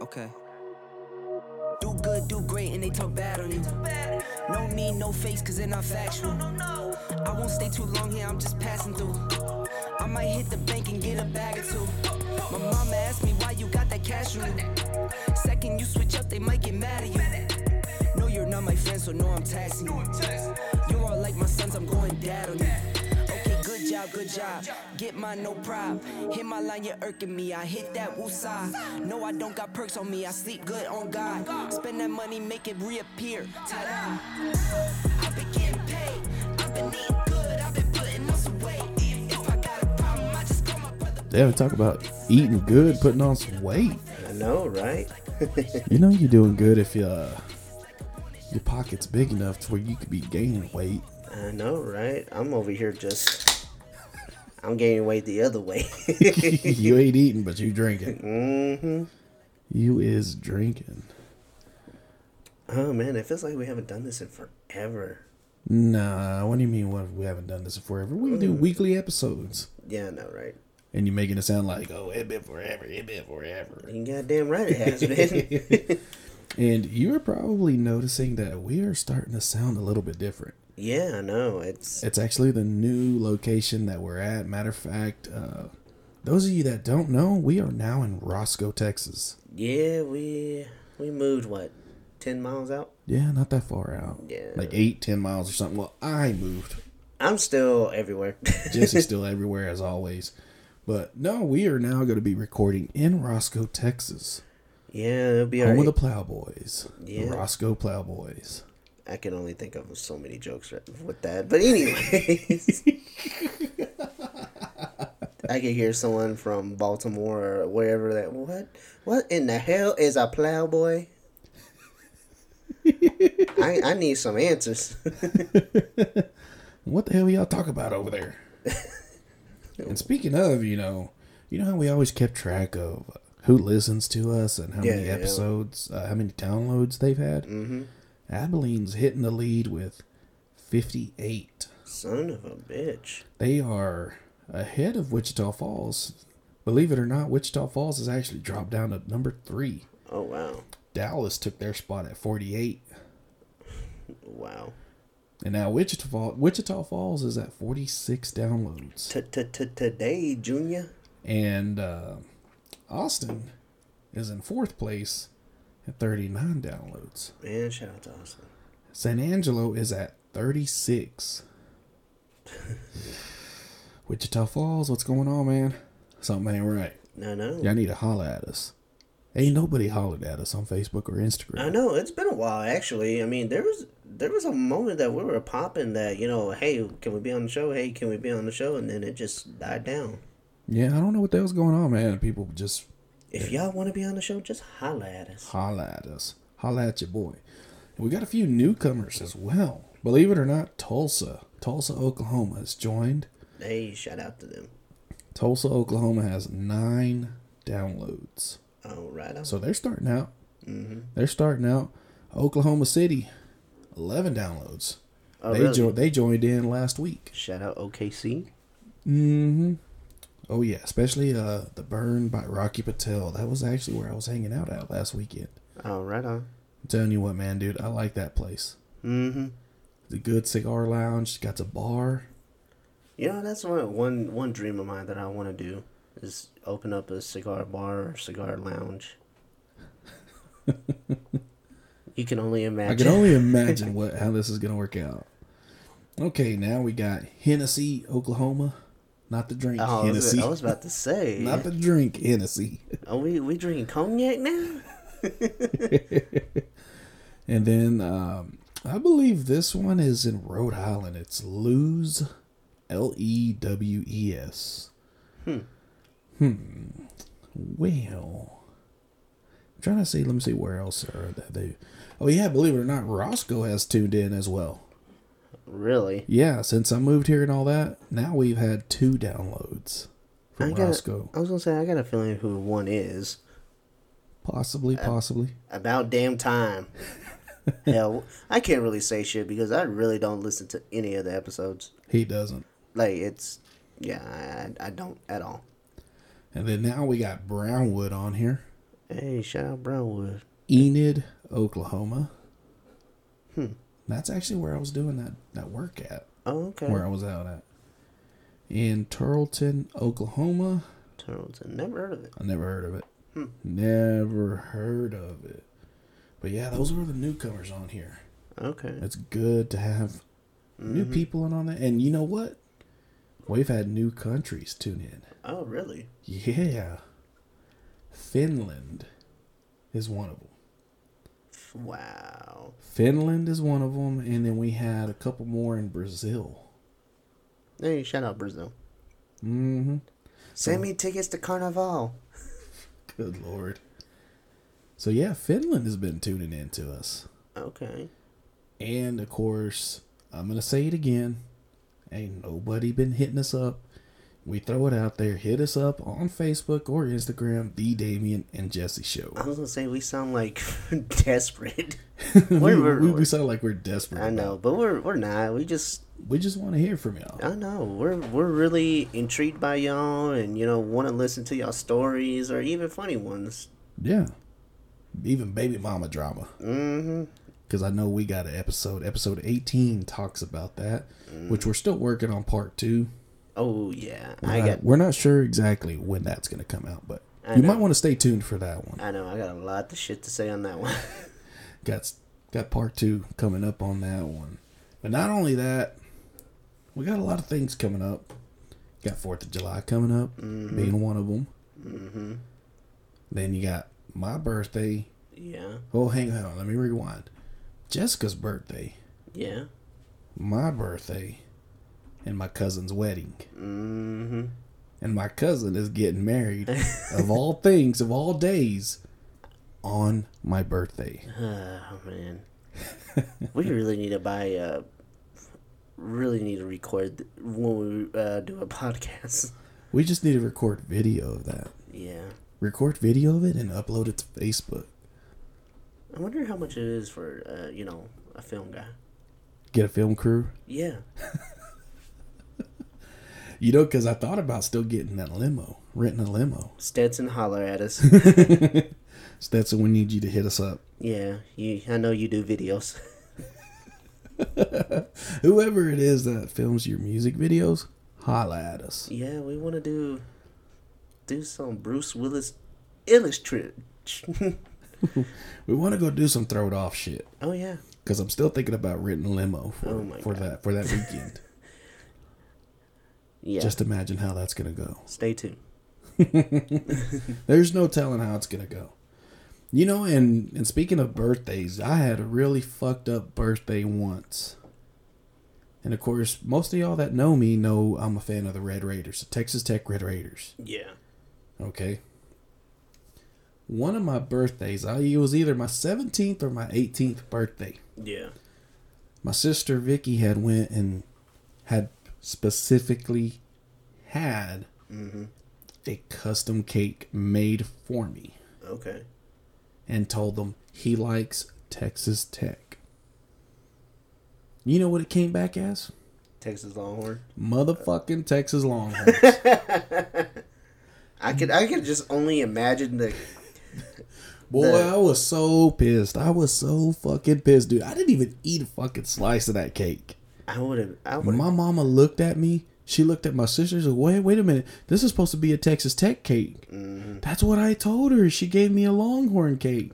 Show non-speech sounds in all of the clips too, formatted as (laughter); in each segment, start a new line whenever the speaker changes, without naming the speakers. Okay.
Do good, do great, and they talk bad on you. No need, no face, cause they're not factual. I won't stay too long here, I'm just passing through. I might hit the bank and get a bag or two. My mama asked me why you got that cash on you. Second you switch up, they might get mad at you. No, you're not my friend, so no, I'm taxing you. You are like my sons, I'm going dad on you. Okay, good job, good job. Get mine, no prob. Hit my line, you're irking me. I hit that woosah. No, I don't got perks on me. I sleep good on God. Spend that money, make it reappear. Ta-da. I've been getting paid. I've been eating good. I've been putting on some weight. If I got a problem, I just call my brother.
They ever talk about eating good, putting on some weight.
I know, right?
You know you're doing good if your uh, your pocket's big enough to where you could be gaining weight. (laughs)
I know, right? I'm over here just. I'm gaining weight the other way. (laughs)
you ain't eating, but you drinking.
hmm
You is drinking.
Oh man, it feels like we haven't done this in forever.
Nah, what do you mean? What we haven't done this forever? We do weekly episodes,
Yeah, I know, right?
and you're making it sound like oh, it been forever, it been forever.
You goddamn right it has been.
And you're probably noticing that we are starting to sound a little bit different.
yeah, I know. It's
It's actually the new location that we're at. Matter of fact, uh, those of you that don't know, we are now in Roscoe, Texas.
yeah, we we moved what ten miles out.
Yeah, not that far out.
Yeah.
Like eight, ten miles or something. Well, I moved.
I'm still everywhere. (laughs)
Jesse's still everywhere as always. But no, we are now going to be recording in Roscoe, Texas.
yeah, it'll be
Home
alright.
of the Plowboys.
Yeah.
The Roscoe Plowboys.
I can only think of so many jokes right- with that. But anyways, I could hear someone from Baltimore or wherever that what what in the hell is a plowboy? I I need some answers. (laughs)
What the hell y'all talk about over
(laughs)
there? and speaking of, you know, you know how we always kept track of who listens to us and how many
Yeah.
episodes, uh, how many downloads they've had. Mm-hmm. Abilene's hitting the lead with 58.
Son of a bitch.
They are ahead of Wichita Falls. Believe it or not, Wichita Falls has actually dropped down to number three.
Oh wow,
Dallas took their spot at 48.
wow.
And now Wichita, Fall- Wichita Falls is at 46 downloads.
T t t today, Junior.
And uh, Austin is in fourth place at 39 downloads.
Man, shout out to Austin.
San Angelo is at 36. (laughs) Wichita Falls, what's going on, man? Something ain't right.
No, no.
Y'all need to holler at us. Ain't nobody hollered at us on Facebook or
I
Instagram.
know it's been a while actually. I mean, there was there was a moment that we were popping that you know, hey, can we be on the show? Hey, can we be on the show? And then it just died down.
Yeah, I don't know what the hell's going on, man. People just
If y'all want to be on the show, just holla at us.
holler at us. Holler at your boy. We got a few newcomers as well. Believe it or not, Tulsa, Tulsa, Oklahoma has joined.
Hey, shout out to them.
Tulsa, Oklahoma has nine downloads.
All right, on.
So they're starting out.
Mm-hmm.
They're starting out. Oklahoma City, 11 downloads.
Oh,
they,
really?
jo- they joined in last week.
shout out OKC.
Oh, yeah. Especially uh, the burn by Rocky Patel. That was actually where I was hanging out at last weekend.
All right, on.
I'm telling you what, man, dude, I like that place.
Mm-hmm.
The good cigar lounge, got a bar.
You know, that's one one one dream of mine that I want to do is open up a cigar bar or
(laughs)
cigar lounge. you can only
(laughs)
imagine.
I can
(laughs)
only imagine what how this is gonna work out. Okay, now we got Hennessy, Oklahoma. Not the drink,
Oh, I was-
Hennessy.
I was about to say.
(laughs) Not the drink, Hennessy.
Are we we drinking cognac now?
And then um, I believe this one is in Rhode Island. It's Lewes, L E W E S. Hmm. Hmm. Well, I'm trying to see. Let me see where else are that they. Oh yeah, believe it or not, Roscoe has tuned in as well.
Really?
Yeah, since I moved here and all that, now we've had two downloads
I
from
got.
Roscoe.
I was gonna say I got a feeling who one is.
Possibly,
Uh,
possibly.
About damn
(laughs)
time. Hell, I can't really say shit because I really don't listen to any of the episodes.
He doesn't.
Like it's, yeah, I, I I don't at all.
And then now we got Brownwood on here.
Hey, shout out Brownwood.
Enid, Oklahoma.
Hmm.
That's actually where I was doing that, that work at,
Oh, okay.
where I was out at. In Turleton, Oklahoma.
Turtleton. Never heard of it.
I never heard of it.
Hmm.
Never heard of it. But yeah, those were the newcomers on here.
Okay.
It's good to have new people in on that. And you know what? We've had new countries tune in.
Oh, really?
Yeah. Finland is one of them.
Wow.
Finland is one of them. And then we had a couple more in Brazil.
Hey, shout out Brazil.
Mm-hmm.
Send me tickets to Carnival.
Good Lord. So yeah, Finland has been tuning in to us.
Okay.
And of course, I'm gonna say it again. Ain't nobody been hitting us up. We throw it out there. Hit us up on Facebook or Instagram, the Damien and Jesse Show.
I was gonna say we sound like (laughs) desperate.
(laughs) we,
we're- we're-
we- we sound like we're desperate.
I know, but we're we're not. We just
We just want to hear from y'all.
I know we're we're really intrigued by y'all, and you know want to listen to y'all stories or even funny ones.
Yeah. Even baby mama drama.
Mm-hmm.
Because I know we got an episode. Episode 18 talks about that,
Mm.
which we're still working on part two.
Oh yeah,
We're
I
not,
got.
we're not sure exactly when that's going to come out, but
I
you
know.
might want to stay tuned for that one.
I know I got a lot of shit to say on that one. (laughs)
got got part two coming up on that one. But not only that, we got a lot of things coming up. Got Fourth of July coming up, being one of them. Then you got my birthday.
yeah,
Oh, hang on, let me rewind. Jessica's birthday,
yeah.
my birthday, and my cousin's wedding.
Mm-hmm. (sighs)
And my cousin is getting married, of all things, of all days, on my birthday.
Oh man,
(laughs)
we really need to buy. Uh, really need to record when we uh, do a (laughs) podcast.
We just need to record video of that.
yeah,
record video of it and upload it to Facebook.
I wonder how much it is for uh, you know a film guy.
Get a film crew.
Yeah.
You know, because I thought about still getting that limo, renting a limo.
Stetson holler at us.
(laughs) Stetson, we need you to hit us up.
yeah, you. I know you do videos.
Whoever it is that films your music videos, holla at us.
yeah, we want to do do some Bruce Willis illustrate.
We want to go do some throw it off shit
(laughs) oh yeah,
because I'm still thinking about renting a limo for,
Oh my
for
God.
that for that weekend.
(laughs) yeah.
Just imagine how that's gonna go.
stay tuned.
There's no telling how it's gonna go. You know, and and speaking of birthdays, I had a really fucked up birthday once. And of course, most of y'all that know me know I'm a fan of the Red Raiders, the Texas Tech Red Raiders.
Yeah.
Okay. One of my birthdays, I it was either my 17th or my 18th birthday.
Yeah.
My sister Vicky had went and had specifically had a custom cake made for me
Okay.
and told them he likes Texas Tech. You know what it came back as?
Texas Longhorn.
Motherfucking Texas Longhorns.
I could I could just only imagine the
Boy, I was so pissed. I was so fucking pissed, dude. I didn't even eat a fucking slice of that cake.
I would have I would
When
have
my mama looked at me, she looked at my sister. She said, "Wait, wait a minute. This is supposed to be a Texas Tech cake." That's what I told her. She gave me a Longhorn cake.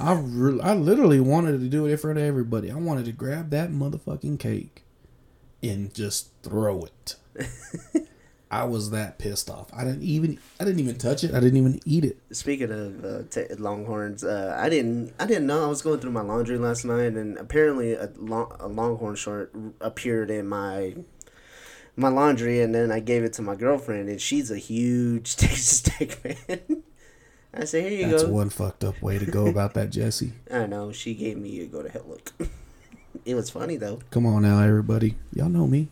I re- I literally wanted to do it in front of everybody. I wanted to grab that motherfucking cake and just throw it. I was that pissed off. I didn't even I didn't even touch it. I didn't even eat it.
Speaking of uh, te- Longhorns, uh, I didn't I didn't know I was going through my laundry last night, and apparently a, long, a Longhorn short appeared in my my laundry, and then I gave it to my girlfriend, and she's a huge (laughs) Texas Tech fan. I said, "Here you
That's
go."
one fucked up way to go about that, Jesse.
I know she gave me a go to hell look. (laughs) it was funny though.
Come on now, everybody. Y'all know me.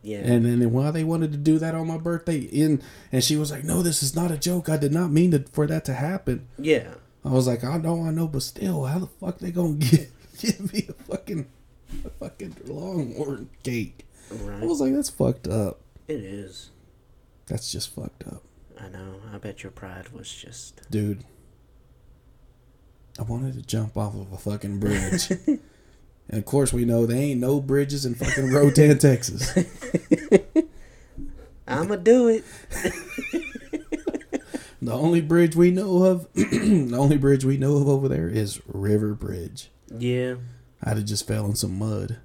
Yeah,
And then why they wanted to do that on my birthday in and she was like, No, this is not a joke. I did not mean to, for that to happen.
yeah.
I was like, I know, I know, but still, how the fuck they gonna (laughs) get give me a fucking a fucking longhorn cake? I
Right.
was like, That's fucked up.
It is.
That's just fucked up.
I know. I bet your pride was just.
Dude, I wanted to jump off of a fucking bridge. and of course, we know they ain't no bridges in fucking Rotan, Texas.
I'ma do it.
The only bridge we know of, (clears throat) the only bridge we know of over there is River Bridge.
Yeah.
I'd have just fell in some mud.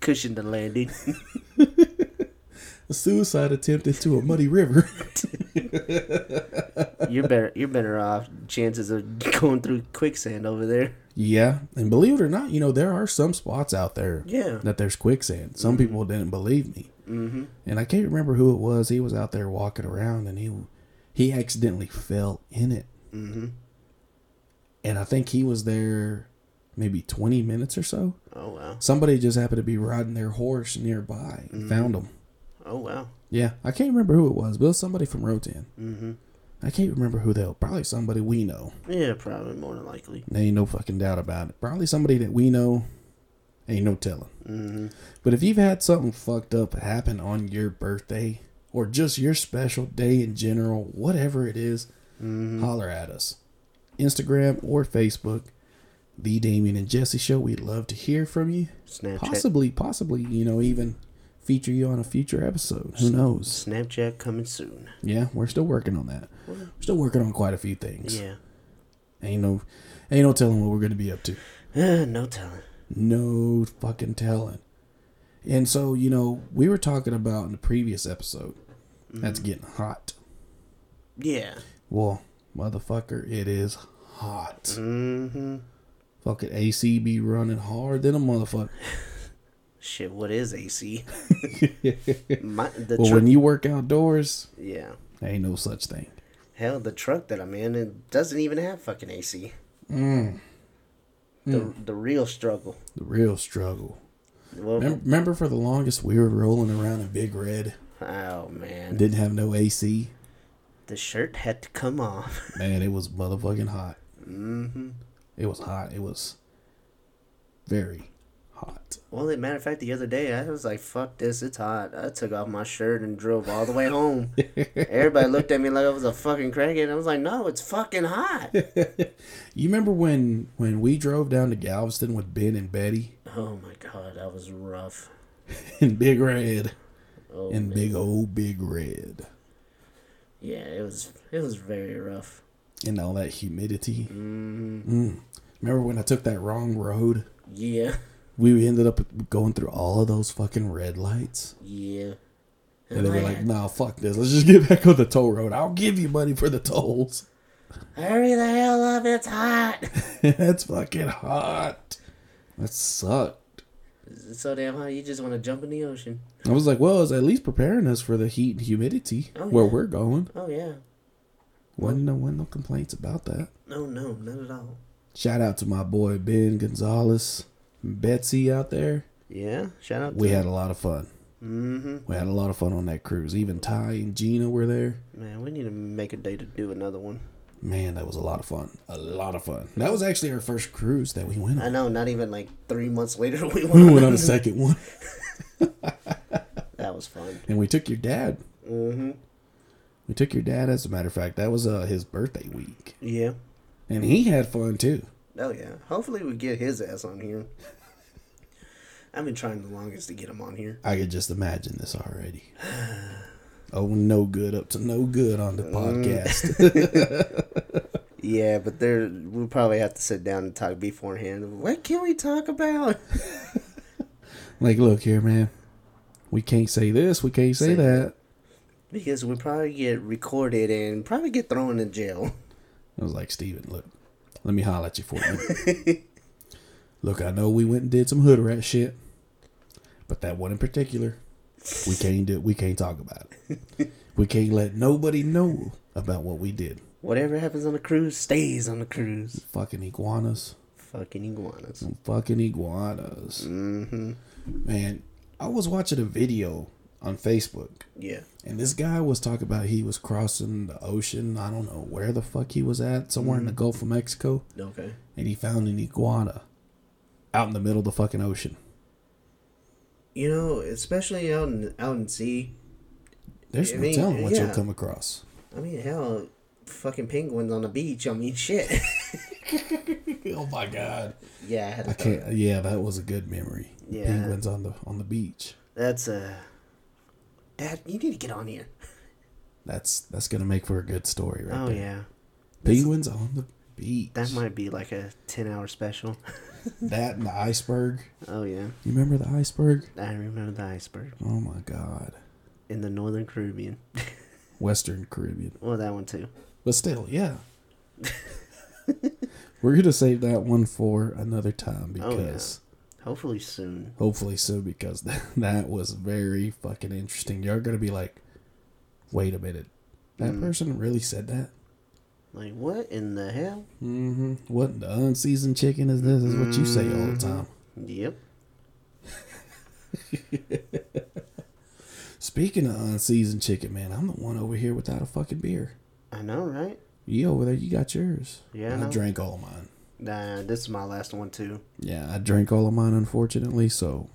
Cushion the landing. (laughs)
A suicide attempt into a muddy river. (laughs)
You're better. You're better off. Chances of going through quicksand over there.
yeah, and believe it or not, you know there are some spots out there
Yeah.
that there's quicksand. Some people didn't believe me,
Mm-hmm.
and I can't remember who it was. He was out there walking around, and he he accidentally fell in it.
Mm-hmm.
And I think he was there maybe 20 minutes or so.
Oh wow.
Somebody just happened to be riding their horse nearby and
Mm-hmm.
found him.
Oh wow.
Yeah, I can't remember who it was, but it was somebody from Rotan.
Mm-hmm.
I can't remember who the hell. Probably somebody we know.
Yeah, probably more than likely.
There ain't no fucking doubt about it. Probably somebody that we know. Ain't no telling.
Mm-hmm.
But if you've had something fucked up happen on your birthday or just your special day in general, whatever it is,
Mm-hmm.
holler at us. Instagram or Facebook, The Damien and Jesse Show. We'd love to hear from you.
Snapchat.
Possibly, possibly, you know, even feature you on a future episode. Who knows?
Snapchat coming soon.
Yeah, we're still working on that. We're still working on quite a few things.
Yeah. (sighs)
Ain't no ain't no telling what we're gonna be up to.
Uh, no telling.
No fucking telling. And so, you know, we were talking about in the previous episode.
Mm-hmm.
That's getting hot.
Yeah.
Well, motherfucker, it is hot.
Mm-hmm.
Fucking AC be running hard than a motherfucker.
Shit. What
(laughs)
is AC? My, the
Well,
truck.
when you work outdoors,
yeah.
ain't no such thing.
Hell, the truck that I'm in it doesn't even have fucking AC.
Mm.
The the real struggle.
The real struggle.
Well,
Remember, remember for the longest we were rolling around in Big Red,
oh man,
didn't have no AC.
the shirt had to come off.
Man, it was motherfucking hot. Mm-hmm. It was hot. It was very hot.
Well, as a matter of fact, the other day I was like, "Fuck this, it's hot." I took off my shirt and drove all the way (laughs) home. Everybody looked at me like I was a fucking crackhead. I was like, "No, it's fucking hot."
You remember when when we drove down to Galveston with Ben and Betty (laughs)
oh my god, that was rough.
and Big Red
Oh,
and
man.
Big Old Big Red
yeah, it was it was very rough.
and all that humidity? Mm. Remember when I took that wrong road?
Yeah,
We ended up going through all of those fucking red lights.
yeah.
And they were like, nah, fuck this. Let's just get back on the toll road. I'll give you money for the tolls.
"Hurry the hell up, it's hot." (laughs)
That's fucking hot. That sucked.
It's so damn hot, you just want to jump in the ocean.
I was like, well, it's at least preparing us for the heat and humidity
Oh,
where
yeah.
we're going.
Oh yeah.
Wasn't no, wasn't no complaints about that.
No, no, not at all.
Shout out to my boy Ben Gonzalez, Betsy out there.
Yeah, shout out.
We
to
had a lot of fun.
Mm-hmm.
We had a lot of fun on that cruise. Even Ty and Gina were there.
Man, we need to make a day to do another one.
Man, that was a lot of fun. A lot of fun. That was actually our first cruise that we went
I
on.
know. Not even like three months later, (laughs) we went.
We went on a second one,
That was fun.
and we took your dad.
Mm-hmm.
We took your dad. As a matter of fact, that was uh, his birthday week,
Yeah.
and he had fun too.
Oh yeah. Hopefully, we get his ass on here. I've been trying the longest to get him on here.
I could just imagine this already. Oh, no good up to no good on the podcast.
Yeah, but there we'll probably have to sit down and talk beforehand. What can we talk about?
like, look here, man. We can't say this. We can't say,
Say
that.
Because we probably get recorded and probably get thrown in jail.
I was like, Steven, look, let me holler at you for a minute. (laughs) look, I know we went and did some hood rat shit, but that one in particular, we can't do. We can't talk about it. we can't let nobody know about what we did.
Whatever happens on the cruise stays on the cruise.
Fucking iguanas.
Fucking iguanas.
fucking iguanas.
Mm-hmm.
Man, I was watching a video on Facebook,
Yeah.
and this guy was talking about he was crossing the ocean. I don't know where the fuck he was at, somewhere in the Gulf of Mexico,
Okay.
and he found an iguana out in the middle of the fucking ocean.
You know, especially out in out in sea,
There's
I
no
mean,
telling what you'll
yeah.
come across.
I mean, hell, fucking penguins on the beach. I mean, shit. (laughs)
Oh my god!
yeah, I had a
I can't. Yeah, that was a good memory.
Yeah.
Penguins on the on the beach.
That's uh, Dad, you need to get on here.
That's that's gonna make for a good story, right
(laughs) Oh
there.
yeah,
Penguins on the beach.
that might be like a ten-hour special. (laughs)
That and the iceberg.
Oh yeah,
You remember the iceberg?
I remember the iceberg
Oh my god.
in the Northern Caribbean.
Western Caribbean.
well, that one too.
But still, yeah.
(laughs)
We're gonna save that one for another time
Oh, yeah.
because
Hopefully soon.
hopefully so because (laughs) that, that was very fucking interesting. You're gonna be like, wait a minute, that
Mm.
person really said that.
Like what in the hell?
Mm-hmm. What in the unseasoned chicken is this? Is what you say all the
Mm.
time.
Yep.
Speaking of unseasoned chicken, man, I'm the one over here without a fucking beer.
I know, right?
You over there, you got yours.
Yeah, I
I
know.
drank all of mine.
Nah, this is my last one too.
Yeah, I drank all of mine, unfortunately, so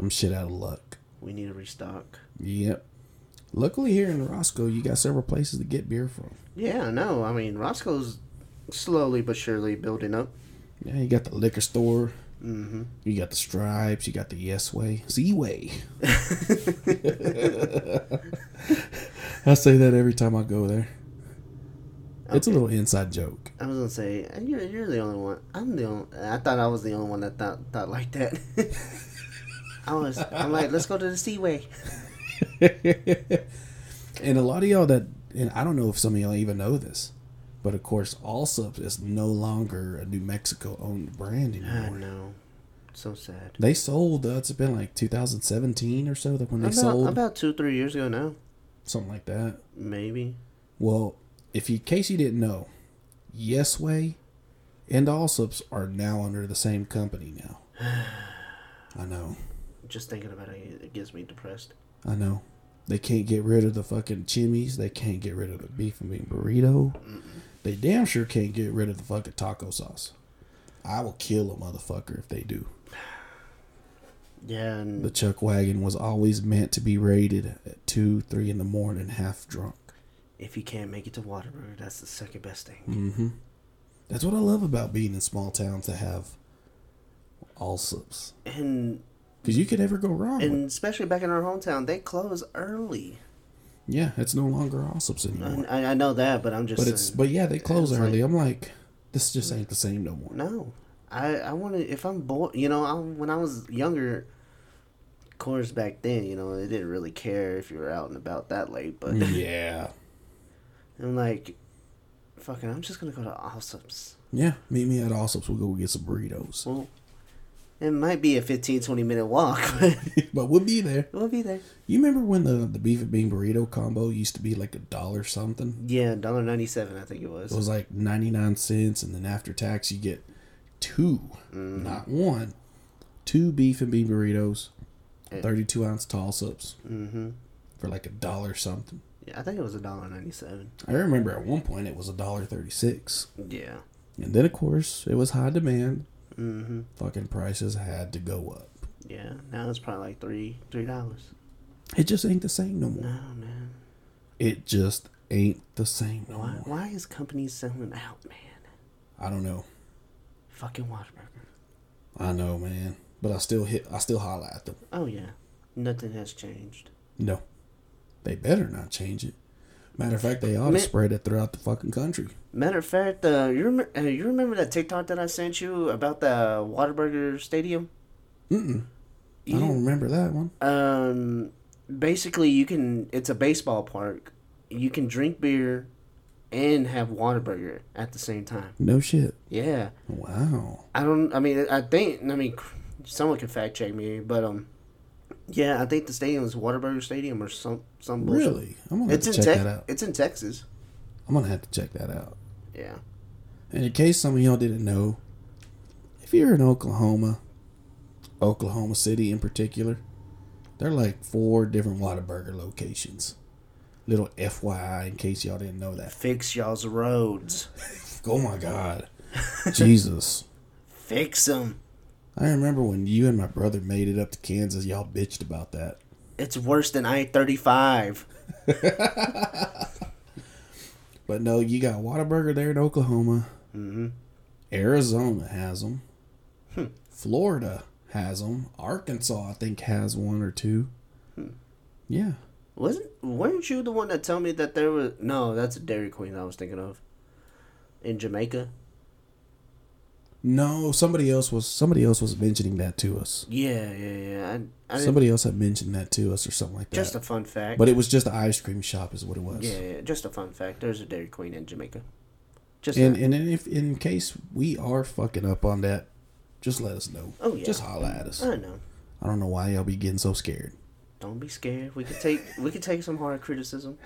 I'm shit out of luck.
We need to restock.
Yep. Luckily, here in Roscoe, you got several places to get beer from.
Yeah, I know. I mean, Roscoe's slowly but surely building up.
Yeah, you got the liquor store.
Mm-hmm.
You got the stripes. You got the Yes Way, Z
(laughs)
Way. I say that every time I go there. It's a little inside joke.
I was gonna say you're, you're the only one. I'm the only. I thought I was the only one that thought thought like that. (laughs) I was. I'm like, let's go to the Seaway.
and a lot of y'all that, and I don't know if some of y'all even know this, but of course, Allsup is no longer a New Mexico owned brand
I
anymore.
know. So sad.
They sold. Uh, it's been like 2017 or so that when they
About,
sold
about two three years ago now,
something like that.
maybe.
Well, if you, in case you didn't know, Yes Way and Allsups are now under the same company now. I know.
Just thinking about it, it gets me depressed.
I know. They can't get rid of the fucking chimneys. They can't get rid of the beef and bean burrito. They damn sure can't get rid of the fucking taco sauce. I will kill a motherfucker if they do.
Yeah,
The
and
chuck wagon was always meant to be raided at 2, 3 in the morning, half drunk.
if you can't make it to Waterbury, that's the second best thing.
Mm. That's what I love about being in small towns that have Allsups.
And
Because you could never go wrong. with-
and especially back in our hometown, they close early.
yeah, it's no longer Allsups anymore.
And I, I know that, but I'm just.
But it's
saying-
but yeah, they close
it's
early. I'm like, this just ain't the same no more.
No, I I want to. If I'm bored, you know, I, when I was younger, of course back then, you know, they didn't really care if you were out and about that late. But
Mm. yeah,
I'm like, fucking, I'm just gonna go to Awesomes.
yeah. Meet me at Allsups. We'll go get some burritos.
Well, it might be a 15, 20 minute walk, (laughs) but
(laughs) but we'll be there.
we'll be there.
You remember when the the beef and bean burrito combo used to be like a dollar something?
Yeah, dollar ninety seven, I think it was.
It was like ninety nine cents, and then after tax you get 2
Mm.
not one, two beef and bean burritos, thirty two ounce toss ups
Eh. mm-hmm.
for like a dollar something.
Yeah, I think it was a dollar ninety seven.
I remember at one point it was a dollar thirty six.
Yeah.
And then, of course, it was high demand.
Mm-hmm.
Fucking prices had to go up.
Yeah. Now it's probably like three, three dollars.
It just ain't the same no
No,
more.
man.
It just ain't the same no
Why?
more.
Why is companies selling out, man?
I don't know.
Fucking Whataburger.
I know, man. But I still hit. I still holla at them.
Oh yeah, nothing has changed.
No, they better not change it. Matter of fact, they ought to
Man-
spread it throughout the fucking country.
Matter of fact, uh, you remember uh, you remember that TikTok that I sent you about the Waterburger Stadium?
Mm-mm. I
Yeah.
don't remember that one.
Um, basically, you can. It's a baseball park. You can drink beer, and have Waterburger at the same time.
No shit.
Yeah,
Wow.
I don't. I mean, I think. I mean, someone can fact check me, but um, yeah, I think the stadium is Waterburger Stadium or some some bullshit.
Really? I'm gonna have
It's
to
in
check that
Tex.
out.
It's in Texas.
I'm gonna have to check that out.
Yeah.
And in case some of y'all didn't know, if you're in Oklahoma, Oklahoma City in particular, there are like four different Whataburger locations. Little FYI, in case y'all didn't know that.
Fix y'all's roads.
Oh my God. Jesus.
Fix them.
I remember when you and my brother made it up to Kansas, y'all bitched about that.
It's worse than I 35.
But no, you got Whataburger there in Oklahoma.
Mm-hmm. Hmm.
Arizona has them. Florida has them. Arkansas, I think, has one or two.
Hmm.
Yeah.
Wasn't weren't you the one that told me that there was no? That's a Dairy Queen I was thinking of. In Jamaica.
No, somebody else was somebody else was mentioning that to us.
Yeah, yeah, yeah. I, I didn't-
Somebody else had mentioned that to us or something like that.
just a fun fact.
but it was just the ice cream shop, is what it was.
yeah, yeah, just a fun fact. There's a Dairy Queen in Jamaica. Just
And
that.
and then if in case we are fucking up on that, just let us know.
Oh, yeah.
Just holla at us.
I know.
I don't know why y'all be getting so scared.
Don't be scared. We could take we could take some
(laughs)
hard criticism.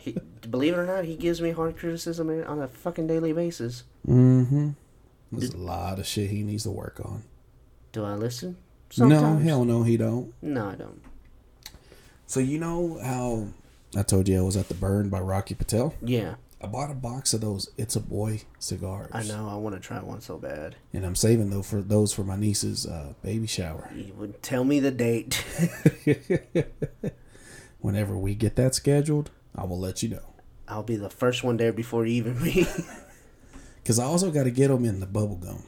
he, believe it or not, he gives me hard criticism on a fucking daily basis.
Mm-hmm. There's a lot of shit he needs to work on.
Do I listen?
No, hell no, he don't.
No, I don't.
So you know how I told you I was at the burn by Rocky Patel.
Yeah,
I bought a box of those It's a Boy cigars.
I know. I want to try one so bad.
and I'm saving though for those for my niece's uh, baby shower.
You would tell me the date. (laughs)
Whenever we get that scheduled, I will let you know.
I'll be the first one there before you even (laughs) me.
Cause I also got to get them in the bubble gum.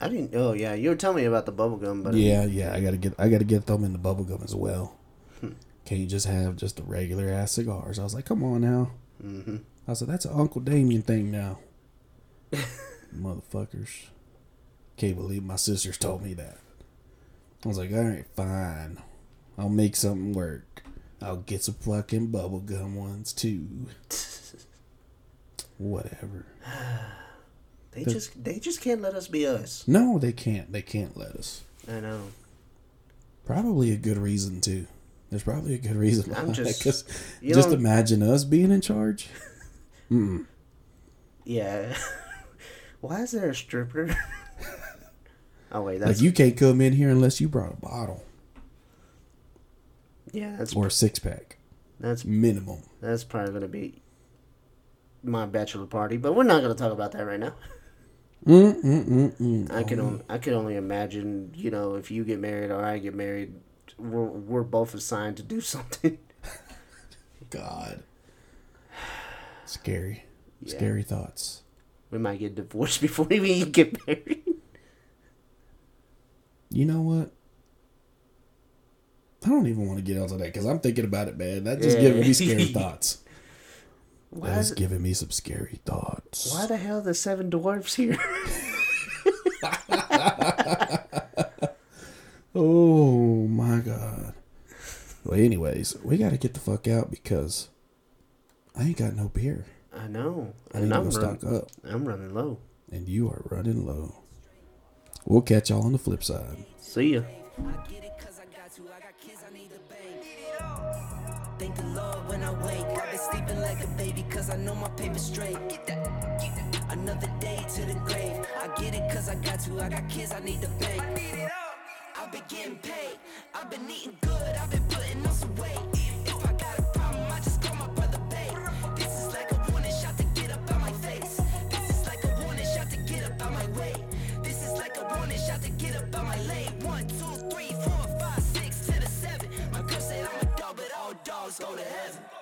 I didn't. Oh yeah, you were telling me about the bubble gum, but
Yeah, yeah, I gotta get I gotta get them in the bubble gum as well. Can't you just have just the regular ass cigars? I was like, come on now. I said that's an Uncle Damien thing now. Motherfuckers, can't believe my sisters told me that. I was like, all right, fine, I'll make something work. I'll get some fucking bubble gum ones too. Whatever.
they just they just can't let us be us.
No, they can't. They can't let us.
I know.
Probably a good reason too. There's probably a good reason.
I'm
why,
just-
'cause
you
just
don't-
imagine us being in charge.
Yeah. (laughs) Why is there a stripper? (laughs) oh wait, that's
Like you can't come in here unless you brought a bottle
yeah. That's
or a six pack
that's
minimum.
that's probably gonna be my bachelor party, but we're not gonna talk about that right now.
Mm mm mm mm.
I can on, I can only imagine. You know, if you get married or I get married, we're we're both assigned to do (laughs) something.
God. Scary.
Yeah.
Scary thoughts.
we might get divorced (laughs) before we even get married.
You know what? I don't even want to get onto that because I'm thinking about it, man. That's just
Yeah.
giving me
(laughs)
scary thoughts.
Why
That is
is,
giving me some scary thoughts.
why the hell the seven dwarfs here? (laughs)
Oh my god. Well, anyways, we gotta get the fuck out because I ain't got no beer.
I know,
I need
and
to go
I'm run,
stock up,
I'm running low.
and you are running low. We'll catch y'all on the flip side.
See ya.
I get it 'cause I got to. I got kids, I need to bank. Thank the Lord when I wake. I've been sleeping like a baby 'cause I know my paper's straight. Get that, get that. Another day to the grave. I get it 'cause I got to. I got kids, I need to bank. I've been getting paid. I've been eating good. I've been putting on some weight. If I got a problem, I just call my brother Babe. This is like a warning shot to get up out my face. This is like a warning shot to get up out my way. This is like a warning shot to get up out my lane. One, two, three, four, five, six to the seven. My girl said I'm a dog, but all dogs go to heaven.